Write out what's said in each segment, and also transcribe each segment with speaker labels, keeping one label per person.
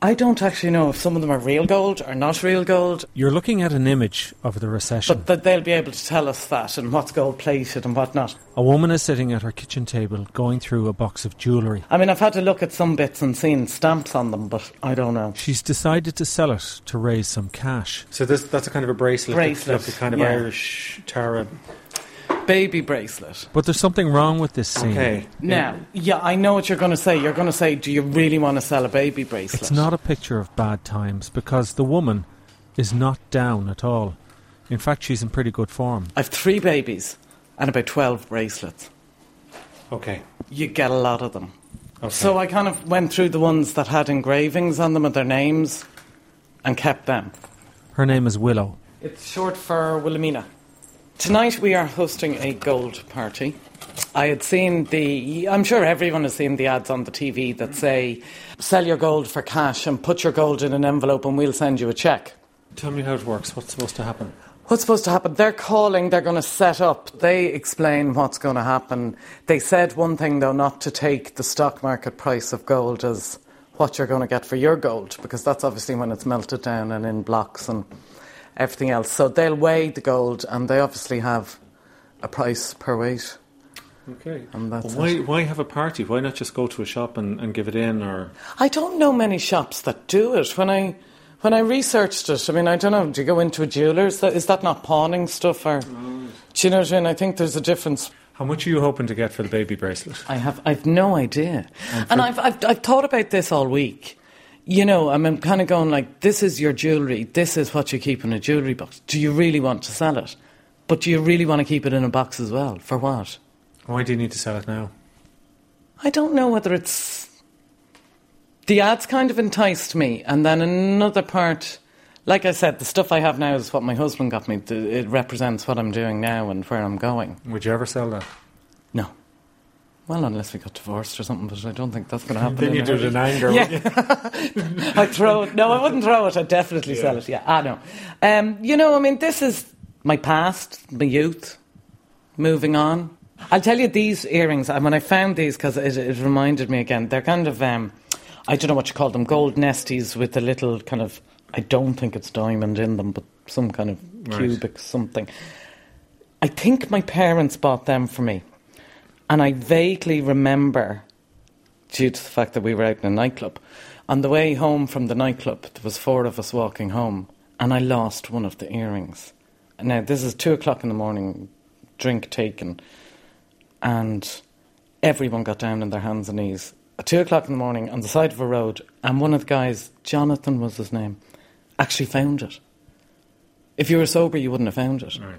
Speaker 1: I don't actually know if some of them are real gold or not real gold,
Speaker 2: You're looking at an image of the recession.
Speaker 1: but that they'll be able to tell us that and what's gold plated and what not.
Speaker 2: a woman is sitting at her kitchen table going through a box of jewellery.
Speaker 1: I mean, I've had to look at some bits and seen stamps on them, but I don't know.
Speaker 2: She's decided to sell it to raise some cash.
Speaker 3: So this, that's a kind of a bracelet. that's
Speaker 1: Bracelet,
Speaker 3: like a kind of
Speaker 1: yeah.
Speaker 3: Irish Tara.
Speaker 1: Baby bracelet.
Speaker 2: But there's something wrong with this scene.
Speaker 3: Okay.
Speaker 1: Now, yeah, I know what you're going to say. You're going to say, do you really want to sell a baby bracelet?
Speaker 2: It's not a picture of bad times because the woman is not down at all. In fact, she's in pretty good form.
Speaker 1: I've three babies and about 12 bracelets.
Speaker 3: Okay.
Speaker 1: You get a lot of them.
Speaker 3: Okay.
Speaker 1: So I kind of went through the ones that had engravings on them and their names and kept them.
Speaker 2: Her name is Willow.
Speaker 1: It's short for Wilhelmina. Tonight we are hosting a gold party. I had seen the, I'm sure everyone has seen the ads on the TV that say, sell your gold for cash and put your gold in an envelope and we'll send you a cheque.
Speaker 3: Tell me how it works. What's supposed to happen?
Speaker 1: What's supposed to happen? They're calling, they're going to set up, they explain what's going to happen. They said one thing, though, not to take the stock market price of gold as what you're going to get for your gold, because that's obviously when it's melted down and in blocks and everything else. So they'll weigh the gold, and they obviously have a price per weight.
Speaker 3: Okay.
Speaker 1: And that's
Speaker 3: why,
Speaker 1: it.
Speaker 3: why have a party? Why not just go to a shop and, and give it in? Or
Speaker 1: I don't know many shops that do it. When I when I researched it, I mean, I don't know. Do you go into a jeweler's? Is that, is that not pawning stuff? Or do you know what I mean? I think there's a difference.
Speaker 3: how much are you hoping to get for the baby bracelet?
Speaker 1: I have I've no idea. And, I've, I've I've thought about this all week. You know, I'm kind of going like, this is your jewelry. This is what you keep in a jewelry box. Do you really want to sell it? But do you really want to keep it in a box as well? For what?
Speaker 3: Why do you need to sell it now?
Speaker 1: I don't know whether it's the ads kind of enticed me, and then another part. Like I said, the stuff I have now is what my husband got me. The- It represents what I'm doing now and where I'm going.
Speaker 3: Would you ever sell that?
Speaker 1: No. Well, unless we got divorced or something, but I don't think that's going to happen.
Speaker 3: Then
Speaker 1: in
Speaker 3: you
Speaker 1: a
Speaker 3: do it
Speaker 1: hurry.
Speaker 3: in anger.
Speaker 1: Yeah. I throw it. No, I wouldn't throw it. I'd definitely sell it. Yeah, I know. Um, you know, I mean, this is my past, my youth, moving on. I'll tell you these earrings, and when I found these, because it, it reminded me again, they're kind of, um, I don't know what you call them, gold nesties with a little kind of, I don't think it's diamond in them, but some kind of
Speaker 3: Right.
Speaker 1: cubic something. I think my parents bought them for me. And I vaguely remember, due to the fact that we were out in a nightclub, on the way home from the nightclub, there was four of us walking home, and I lost one of the earrings. Now, this is two o'clock in the morning, drink taken, and everyone got down on their hands and knees at two o'clock in the morning on the side of a road, and one of the guys, Jonathan was his name, actually found it. If you were sober, you wouldn't have found it.
Speaker 3: Right.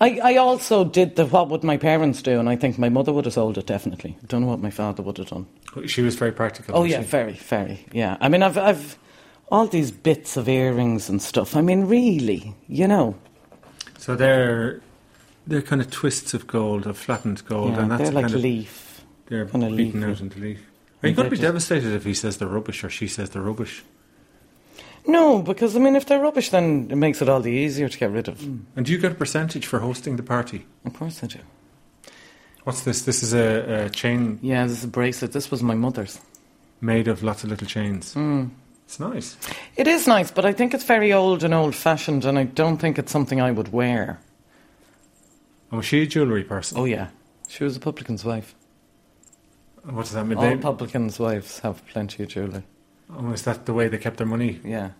Speaker 1: I, I also did the what would my parents do, and I think my mother would have sold it definitely. Don't know what my father would have done.
Speaker 3: She was very practical.
Speaker 1: Oh
Speaker 3: was
Speaker 1: yeah,
Speaker 3: she?
Speaker 1: very, very. Yeah, I mean, I've, I've all these bits of earrings and stuff. I mean, really, you know,
Speaker 3: So they're they're kind of twists of gold, of flattened gold,
Speaker 1: yeah,
Speaker 3: and Oh, that's
Speaker 1: they're like
Speaker 3: kind of
Speaker 1: leaf.
Speaker 3: they're
Speaker 1: kind of
Speaker 3: beaten
Speaker 1: leafy.
Speaker 3: out into leaf. Are you going to be
Speaker 1: They're just-
Speaker 3: devastated if he says they're rubbish or she says they're rubbish?
Speaker 1: No, because I mean, if they're rubbish, then it makes it all the easier to get rid of.
Speaker 3: And do you get a percentage for hosting the party?
Speaker 1: Of course, I do.
Speaker 3: What's this? This is a, a chain
Speaker 1: Yeah, this is a bracelet. This was my mother's.
Speaker 3: made of lots of little chains.
Speaker 1: Hmm.
Speaker 3: Mm. It's nice.
Speaker 1: It is nice, but I think it's very old and old-fashioned, and I don't think it's something I would wear.
Speaker 3: And was she a jewellery person?
Speaker 1: Oh yeah, she was a publican's wife.
Speaker 3: What does that mean?
Speaker 1: Oh. All
Speaker 3: They,
Speaker 1: publicans' wives have plenty of jewellery.
Speaker 3: oh, is that the way they kept their money?
Speaker 1: Yeah.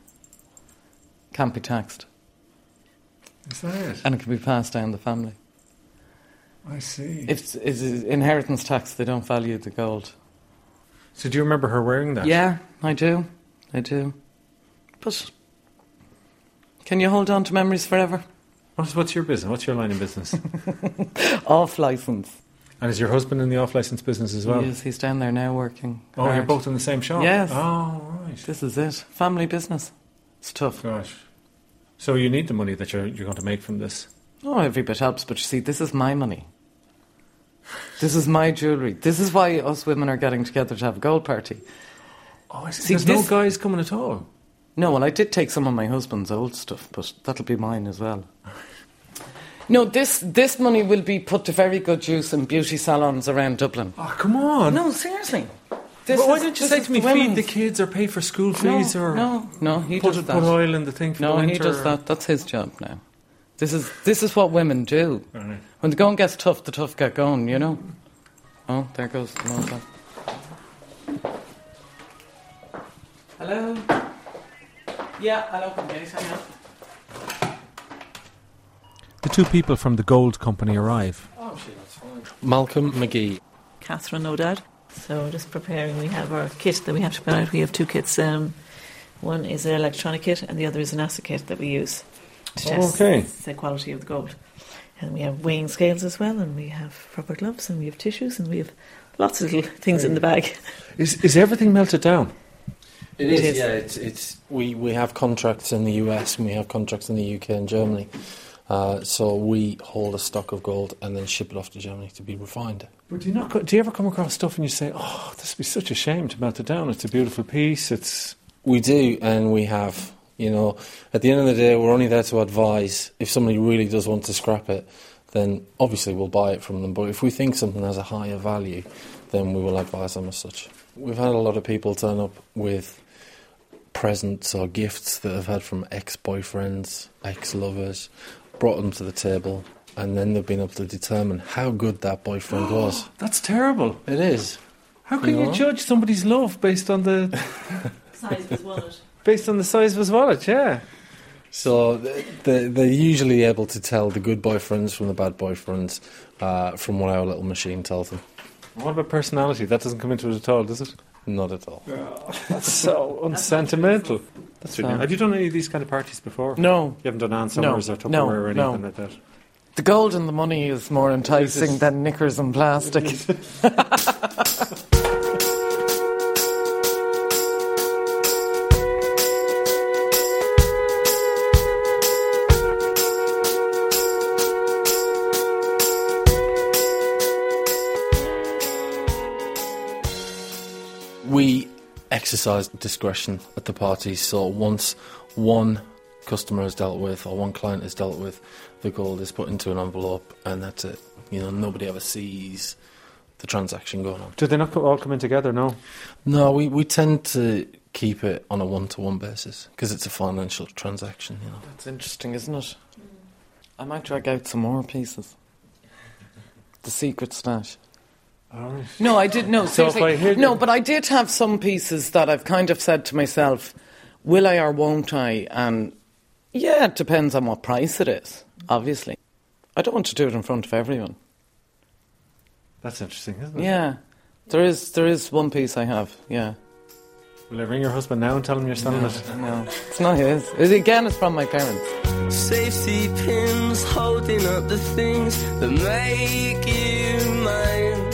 Speaker 1: Can't be taxed.
Speaker 3: Is that it?
Speaker 1: And it can be passed down the family.
Speaker 3: I see.
Speaker 1: If it's inheritance tax, they don't value the gold.
Speaker 3: so do you remember her wearing that?
Speaker 1: Yeah, I do. I do. But can you hold on to memories forever?
Speaker 3: What's, what's your business? What's your line of business?
Speaker 1: Off license.
Speaker 3: and is your husband in the off-license business as well?
Speaker 1: yes, he's down there now working.
Speaker 3: Oh, you're
Speaker 1: hard.
Speaker 3: both in the same shop?
Speaker 1: Yes.
Speaker 3: Oh, right.
Speaker 1: This is it. Family business. It's tough.
Speaker 3: Gosh. So you need the money that you're, you're going to make from this.
Speaker 1: Oh, every bit helps, but you see, this is my money. This is my jewellery. This is why us women are getting together to have a gold party.
Speaker 3: Oh, I see.
Speaker 1: See,
Speaker 3: There's
Speaker 1: this-
Speaker 3: no guys coming at all.
Speaker 1: No, well, I did take some of my husband's old stuff, but that'll be mine as well. No, this, this money will be put to very good use in beauty salons around Dublin.
Speaker 3: Oh, Ah, come on.
Speaker 1: No, seriously. This
Speaker 3: Well, why
Speaker 1: is-
Speaker 3: don't you
Speaker 1: this
Speaker 3: say
Speaker 1: is
Speaker 3: to me, feed
Speaker 1: women's.
Speaker 3: the kids or pay for school
Speaker 1: No,
Speaker 3: fees or
Speaker 1: no, no, he
Speaker 3: put,
Speaker 1: does
Speaker 3: put
Speaker 1: that.
Speaker 3: oil in the thing for
Speaker 1: No,
Speaker 3: the
Speaker 1: he
Speaker 3: winter?
Speaker 1: does
Speaker 3: or-
Speaker 1: that. That's his job now. This is this is what women do.
Speaker 3: All right.
Speaker 1: When the going gets tough, the tough get going. You know. Oh, there goes the mobile. Hello. Yeah, I'll open the gate. Hang on.
Speaker 2: The two people from the gold company arrive.
Speaker 1: Oh, she that's fine.
Speaker 4: Malcolm McGee.
Speaker 5: Catherine O'Dowd. So just preparing, we have our kit that we have to put out. We have two kits. Um, one is an electronic kit, and the other is an acid kit that we use to test
Speaker 2: Okay.
Speaker 5: the quality of the gold. And we have weighing scales as well, and we have proper gloves, and we have tissues, and we have lots of little things in the bag.
Speaker 3: Is, is everything melted down?
Speaker 4: It
Speaker 5: is,
Speaker 4: is,
Speaker 5: It is.
Speaker 4: yeah.
Speaker 5: yeah,
Speaker 4: It's, it's we, we have contracts in the US and we have contracts in the UK and Germany. Uh, so we hold a stock of gold and then ship it off to Germany to be refined.
Speaker 3: But do you not? co- Do you ever come across stuff and you say, "Oh, this would be such a shame to melt it down. It's a beautiful piece. It's
Speaker 4: We do, and we have. You know, at the end of the day, we're only there to advise. If somebody really does want to scrap it, then obviously we'll buy it from them. But if we think something has a higher value, then we will advise them as such. We've had a lot of people turn up with presents or gifts that they've had from ex boyfriends, ex lovers, brought them to the table, and then they've been able to determine how good that boyfriend was.
Speaker 3: that's terrible.
Speaker 4: It is.
Speaker 3: How can you
Speaker 4: No.
Speaker 3: judge somebody's love based on the
Speaker 5: Size of his wallet.
Speaker 3: based on the size of his wallet? Yeah.
Speaker 4: So th- they- they're usually able to tell the good boyfriends from the bad boyfriends uh, from what our little machine tells them.
Speaker 3: What about personality? That doesn't come into it at all, does it?
Speaker 4: Not at all.
Speaker 3: That's so unsentimental. That's really.
Speaker 1: So-
Speaker 3: Have you done any of these kind of parties before?
Speaker 1: No,
Speaker 3: You haven't done Ansommers
Speaker 1: No,
Speaker 3: or Tupperware
Speaker 1: no,
Speaker 3: or
Speaker 1: no.
Speaker 3: anything like that.
Speaker 1: the gold and the money is more enticing
Speaker 3: is.
Speaker 1: than knickers and plastic.
Speaker 4: We exercise discretion at the parties. So once one customer is dealt with or one client is dealt with, the gold is put into an envelope and that's it. You know, nobody ever sees the transaction going on.
Speaker 3: Do they not co- all come in together? No.
Speaker 4: No, we, we tend to keep it on a one-to-one basis because it's a financial transaction, you know.
Speaker 1: That's interesting, isn't it? I might drag out some more pieces. The secret stash.
Speaker 3: All right.
Speaker 1: No, I did. No,
Speaker 3: So if
Speaker 1: seriously.
Speaker 3: I hear
Speaker 1: no,
Speaker 3: the-
Speaker 1: but I did have some pieces that I've kind of said to myself, will I or won't I? And yeah, it depends on what price it is, obviously. I don't want to do it in front of everyone.
Speaker 3: That's interesting, isn't it?
Speaker 1: Yeah. There is there is one piece I have, yeah.
Speaker 3: Will I ring your husband now and tell him you're selling it?
Speaker 1: No. It's not his. It, again it's from my parents.
Speaker 6: Safety pins holding up the things that make you mine.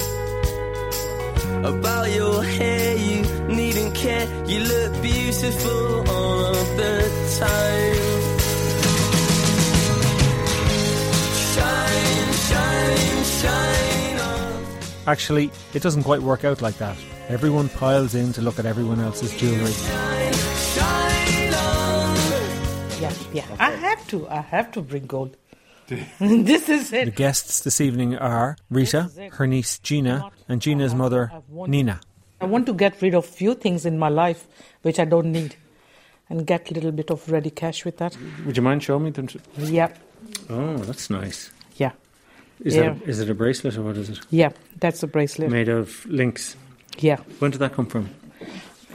Speaker 6: About your hair, you needn't care. You look beautiful all of the time. Shine, shine, shine on.
Speaker 2: Actually, it doesn't quite work out like that. Everyone piles in to look at everyone else's jewellery.
Speaker 6: Shine on.
Speaker 7: Yeah, yeah. I
Speaker 5: Ah,
Speaker 7: have to. I have to bring gold. this is
Speaker 2: The
Speaker 7: it.
Speaker 2: guests this evening are Rita, her niece Gina, and Gina's mother Nina.
Speaker 7: I want to get rid of few things in my life which I don't need, and get little bit of ready cash with that.
Speaker 3: Would you mind showing me them?
Speaker 7: Yeah,
Speaker 3: Oh, that's nice.
Speaker 7: yeah,
Speaker 3: Is,
Speaker 7: Yeah.
Speaker 3: that a, is it a bracelet or what is it?
Speaker 7: yeah. That's a bracelet.
Speaker 3: Made of links.
Speaker 7: Yeah,
Speaker 3: When did that come from?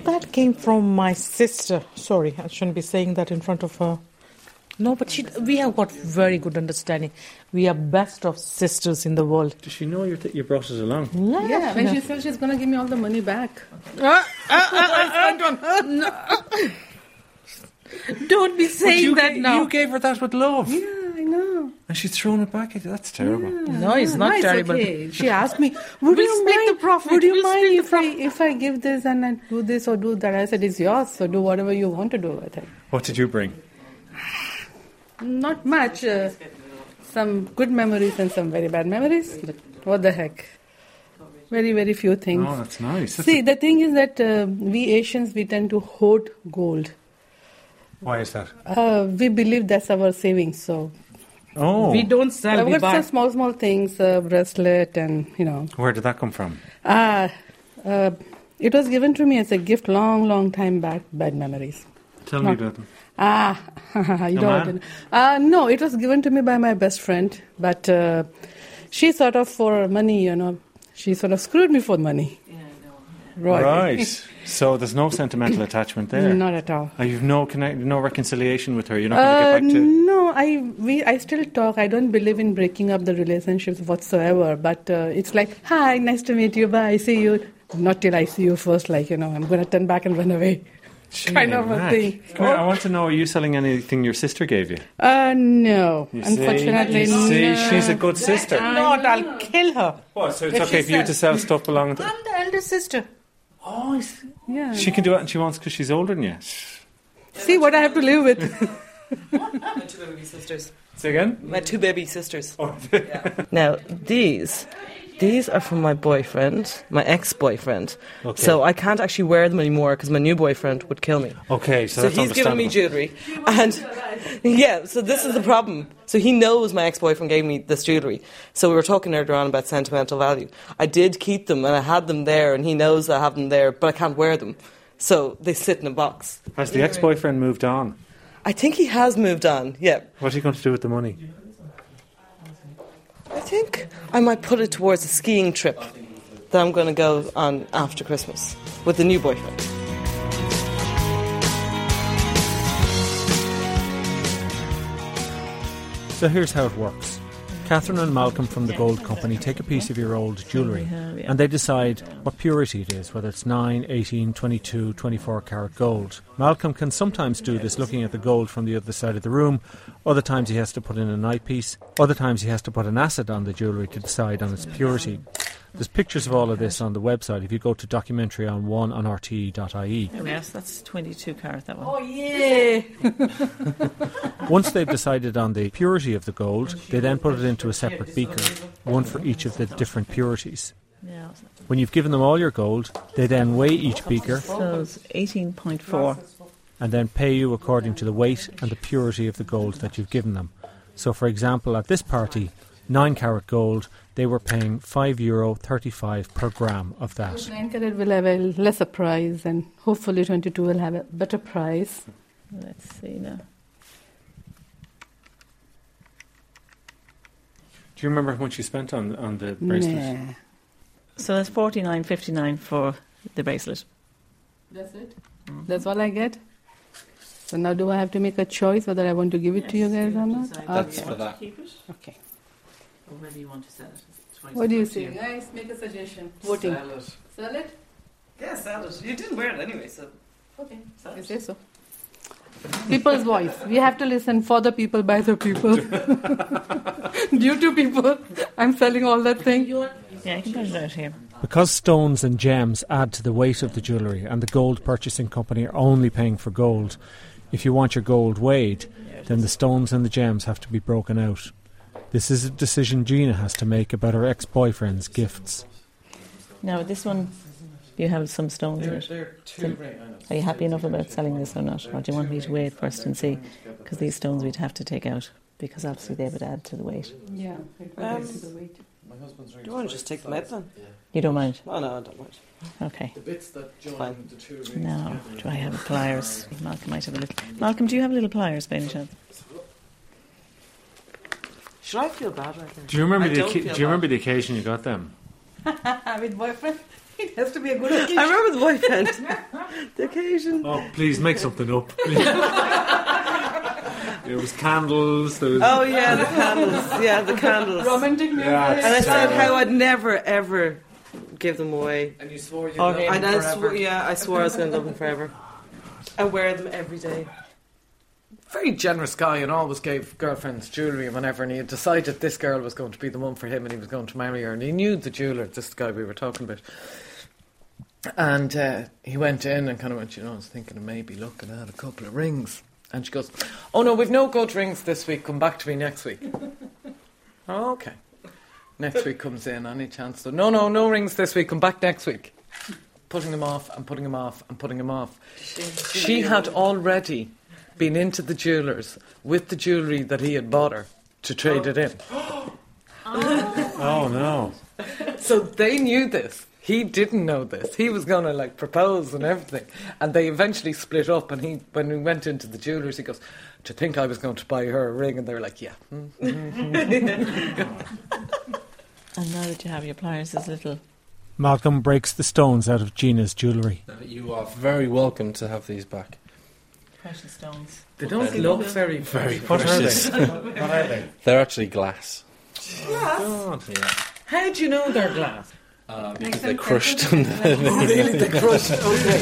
Speaker 7: that came from my sister. Sorry, I shouldn't be saying that in front of her. No, but she, we have got very good understanding. We are best of sisters in the world.
Speaker 3: Does she know you th- you brought it along?
Speaker 8: Yeah, Uh, when she said she's gonna give me all the money back. uh,
Speaker 7: Don't be saying that
Speaker 3: ga-
Speaker 7: now.
Speaker 3: you gave her that with love,
Speaker 8: Yeah, I know.
Speaker 3: and she's thrown it back at you. That's terrible.
Speaker 7: no, it's not
Speaker 8: it's
Speaker 7: terrible.
Speaker 8: okay. She asked me, "Would
Speaker 7: We'll
Speaker 8: you
Speaker 7: split
Speaker 8: mind?
Speaker 7: the profit.
Speaker 8: Would you
Speaker 7: We'll
Speaker 8: mind
Speaker 7: split
Speaker 8: if I if I give this and I do this or do that?" I said, "It's yours, so do whatever you want to do with it."
Speaker 3: What did you bring?
Speaker 8: Not much. Uh, some good memories and some very bad memories. But what the heck? Very very few things.
Speaker 3: Oh, that's nice. That's
Speaker 8: See, the thing is that uh, we Asians we tend to hoard gold.
Speaker 3: Why is that?
Speaker 8: Uh, we believe that's our savings. So
Speaker 3: Oh,
Speaker 7: We don't sell, we
Speaker 8: I've got
Speaker 7: buy.
Speaker 8: some small small things, uh, bracelet and you know
Speaker 3: where did that come from?
Speaker 8: Ah, uh, It was given to me as a gift long, long time back. Bad memories.
Speaker 9: Tell
Speaker 8: No.
Speaker 9: me about them.
Speaker 8: Ah, you
Speaker 9: A
Speaker 8: don't.
Speaker 9: man?
Speaker 8: want to- Uh, no, it was given to me by my best friend, but uh, she sort of for money, you know. She sort of screwed me for money.
Speaker 5: Yeah, no.
Speaker 8: Right.
Speaker 9: Right. so there's no sentimental attachment there.
Speaker 8: Not at all.
Speaker 9: Oh, you've no connect, no reconciliation with her. You're not going to get back to.
Speaker 8: Uh, No, I we I still talk. I don't believe in breaking up the relationships whatsoever. But uh, it's like, hi, nice to meet you. Bye, see you. Not till I see you first. Like you know, I'm gonna turn back and run away. kind of a
Speaker 9: Mac.
Speaker 8: thing.
Speaker 9: Come here, I want to know: Are you selling anything your sister gave you?
Speaker 8: Uh, no,
Speaker 9: You see?
Speaker 8: unfortunately,
Speaker 9: you see,
Speaker 8: no.
Speaker 9: she's a good sister.
Speaker 7: Not, I'll kill her.
Speaker 9: What? So it's
Speaker 7: If
Speaker 9: okay
Speaker 7: she
Speaker 9: for you to
Speaker 7: said-
Speaker 9: sell stuff belonging to.
Speaker 7: I'm the elder sister.
Speaker 9: Oh, I see.
Speaker 8: yeah.
Speaker 9: she can do it, and she wants because she's older than you.
Speaker 8: see what I have to live with.
Speaker 5: My two baby sisters.
Speaker 9: Say again.
Speaker 5: My two baby sisters.
Speaker 10: Now these, these are from my boyfriend, my ex-boyfriend. So I can't actually wear them anymore because my new boyfriend would kill me.
Speaker 9: Okay, so,
Speaker 10: So
Speaker 9: that's
Speaker 10: he's giving me
Speaker 9: understandable.
Speaker 10: jewelry, and yeah, so this is the problem. So he knows my ex-boyfriend gave me this jewelry. So we were talking earlier on about sentimental value. I did keep them, and I had them there, and he knows I have them there, but I can't wear them. So they sit in a box.
Speaker 9: Has the ex-boyfriend moved on?
Speaker 10: I think he has moved on. Yeah,
Speaker 9: What's he going to do with the money?
Speaker 10: I think I might put it towards a skiing trip that I'm going to go on after Christmas with the new boyfriend.
Speaker 3: So here's how it works. Catherine and Malcolm from the Gold Company take a piece of your old jewellery and they decide what purity it is, whether it's 9, 18, 22, 24 carat gold. Malcolm can sometimes do this looking at the gold from the other side of the room, other times he has to put in an eyepiece, other times he has to put an acid on the jewellery to decide on its purity. There's pictures of all of this on the website if you go to documentary on one on E rte.ie.
Speaker 5: There we are. So that's 22 carat, that one.
Speaker 8: yeah.
Speaker 3: Once they've decided on the purity of the gold, they then put it into a separate beaker, one for each of the different purities.
Speaker 5: Yeah.
Speaker 3: When you've given them all your gold, they then weigh each beaker
Speaker 5: So it's 18.4.
Speaker 3: and then pay you according to the weight and the purity of the gold that you've given them. So, for example, at this party, 9 carat gold, they were paying €5.35 per gram of that.
Speaker 8: Nine carat will have a lesser price, and hopefully twenty-two will have a better price.
Speaker 5: Let's see now.
Speaker 9: Do you remember how much you spent on on the bracelet?
Speaker 8: Nah.
Speaker 5: So that's 49.59 for the bracelet.
Speaker 8: That's it. That's all I get. So now, do I have to make a choice whether I want to give it to you guys or not?
Speaker 11: That's
Speaker 8: Okay.
Speaker 11: for that.
Speaker 5: Keep it,
Speaker 8: Okay.
Speaker 5: or whether you want to sell it.
Speaker 8: What do you say? Guys, make a suggestion. Voting. Sell it?
Speaker 10: Yeah, sell it. You didn't wear it anyway, so
Speaker 8: Okay.
Speaker 10: sell
Speaker 8: You say so. People's voice. We have to listen for the people, by the people. Due to people, I'm selling all that thing.
Speaker 5: Yeah, I can put it out here.
Speaker 3: Because stones and gems add to the weight of the jewellery, and the gold purchasing company are only paying for gold, if you want your gold weighed, then the stones and the gems have to be broken out. This is a decision Gina has to make about her ex boyfriend's gifts.
Speaker 5: Now, this one, you have some stones in it. So Are you happy enough about selling this or not? Or do you want me to weigh it first and see? Because these stones we'd have to take out, because obviously they would add to the weight.
Speaker 8: Yeah. it will
Speaker 10: Um,
Speaker 8: get to the weight.
Speaker 10: Do you want to just take them out then?
Speaker 5: You don't mind?
Speaker 10: Oh no, I don't mind.
Speaker 5: Okay.
Speaker 10: Fine.
Speaker 5: Now, do I have pliers? Malcolm might have a little. Malcolm, do you have little pliers by any chance?
Speaker 10: Should I feel bad right now?
Speaker 9: Do you remember
Speaker 10: I
Speaker 9: the
Speaker 10: don't
Speaker 9: occa-
Speaker 10: feel
Speaker 9: Do you remember
Speaker 10: bad.
Speaker 9: the occasion you got them?
Speaker 8: With boyfriend, it has to be a good
Speaker 10: I remember the boyfriend. the occasion.
Speaker 9: Oh, please make something up. there was candles. There was.
Speaker 10: Oh yeah, the candles. Yeah, the candles.
Speaker 8: romantic music.
Speaker 10: And I said how I'd never ever give them away.
Speaker 11: And you swore you'd
Speaker 5: Okay.
Speaker 10: And Oh, I swore, yeah, I swore I was going to love them forever. I wear them every day.
Speaker 1: Very generous guy and always gave girlfriends jewellery whenever and he had decided this girl was going to be the one for him and he was going to marry her and he knew the jeweller, this guy we were talking about. And uh, he went in and kind of went, you know, I was thinking of maybe looking at a couple of rings. And she goes, oh no, we've no good rings this week, come back to me next week. oh, okay. Next week comes in, any chance? So, no, no, no rings this week, come back next week. Putting him off and putting him off and putting him off. She had already been into the jewellers with the jewellery that he had bought her to trade it in.
Speaker 9: Oh no!
Speaker 1: So they knew this. He didn't know this. He was going to like propose and everything. And they eventually split up. And he, when we went into the jewelers, he goes, "To think I was going to buy her a ring," and they were like, "Yeah."
Speaker 5: And Uh, now that you have your pliers, there's little.
Speaker 3: Malcolm breaks the stones out of Gina's jewellery.
Speaker 4: You are very welcome to have these back.
Speaker 5: Precious stones.
Speaker 1: They don't look very,
Speaker 4: Very
Speaker 1: What are they?
Speaker 4: precious. They're actually glass.
Speaker 1: Glass.
Speaker 4: Yeah.
Speaker 1: How do you know they're glass?
Speaker 4: Uh,
Speaker 12: Makes
Speaker 4: because they're
Speaker 12: them
Speaker 4: crushed.
Speaker 12: precious.
Speaker 1: Oh, really? They're crushed. Okay.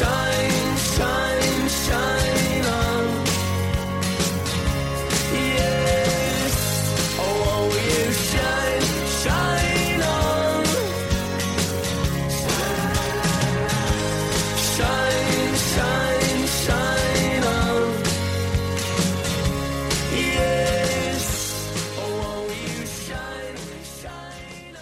Speaker 6: Shine, shine, shine on. Yes, oh, won't you shine, shine on. Shine, shine, shine on. Yes, oh, won't you shine, shine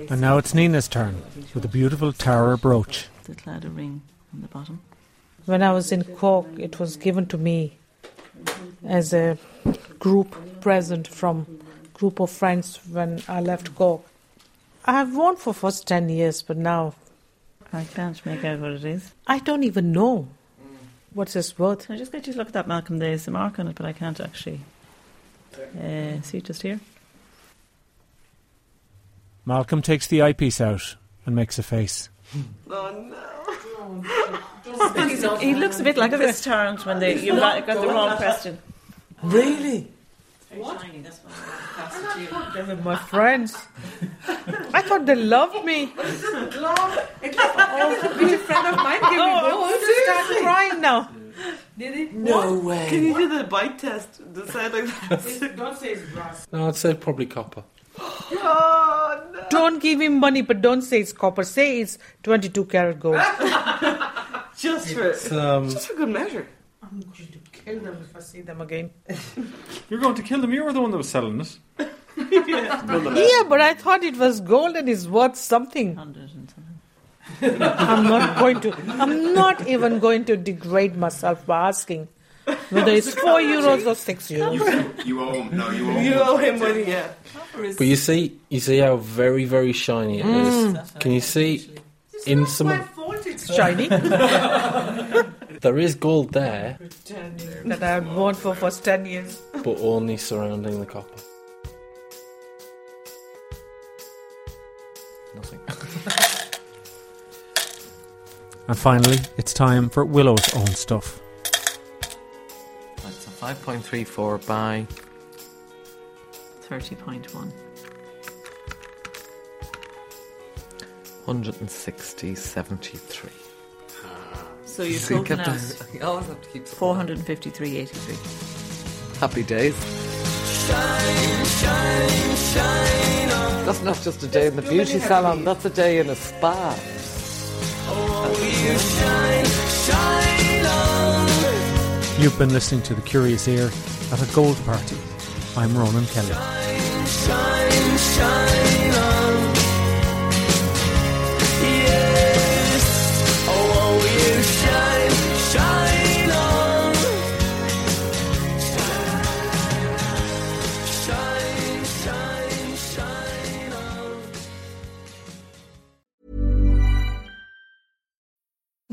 Speaker 6: on.
Speaker 3: And now it's Nina's turn with a beautiful Tower brooch.
Speaker 5: The cloud of ring on the bottom.
Speaker 7: When I was in Cork, it was given to me as a group present from group of friends when I left Cork. I have worn for first 10 years, but now
Speaker 5: I can't make out what it is.
Speaker 7: I don't even know what's it's worth.
Speaker 5: I just got you to look at that, Malcolm. There's a mark on it, but I can't actually uh, see just here.
Speaker 3: Malcolm takes the eyepiece out and makes a face.
Speaker 5: He looks a bit like a restaurant when they you got, got the wrong question.
Speaker 1: Really?
Speaker 7: They were my friends. I thought they loved me. Oh, I'm just start crying now.
Speaker 1: No way.
Speaker 13: you do the bite test? The sound like
Speaker 4: No, I'd say probably copper.
Speaker 7: Don't give him money, but don't say it's copper. Say it's 22 karat gold.
Speaker 13: just for
Speaker 4: Um,
Speaker 13: just for good measure.
Speaker 7: I'm going to kill them if I see them again.
Speaker 14: You're going to kill them. You were the one that was selling it.
Speaker 7: Yeah, but I thought it was gold and it's worth something.
Speaker 5: Hundred and something.
Speaker 7: I'm not going to. I'm not even going to degrade myself by asking whether it's four euros or six euros.
Speaker 15: You owe him. No, you owe him.
Speaker 13: You owe him money, yeah.
Speaker 4: but you see, you see how very, very shiny it is. Mm.
Speaker 5: Mm.
Speaker 4: Can you see in some of
Speaker 7: It's shiny that
Speaker 4: there is gold there,
Speaker 7: I've worn for first ten years.
Speaker 4: but only surrounding the copper. Nothing.
Speaker 3: And finally, it's time for Willow's own stuff.
Speaker 1: That's a 5.34 by.
Speaker 5: Thirty point one.
Speaker 1: 160.73.
Speaker 5: So you're
Speaker 1: So you
Speaker 5: total
Speaker 1: kept
Speaker 5: now
Speaker 1: on- I always have to keep
Speaker 5: four hundred and fifty three eighty three.
Speaker 1: happy days. That's not just a day in the beauty salon, that's a day in a spa.
Speaker 3: You've been listening to The Curious Ear at a gold party. I'm Ronan Kelly.
Speaker 6: Shine, shine on. Yes, oh, won't you shine, shine on. Shine, shine, shine on.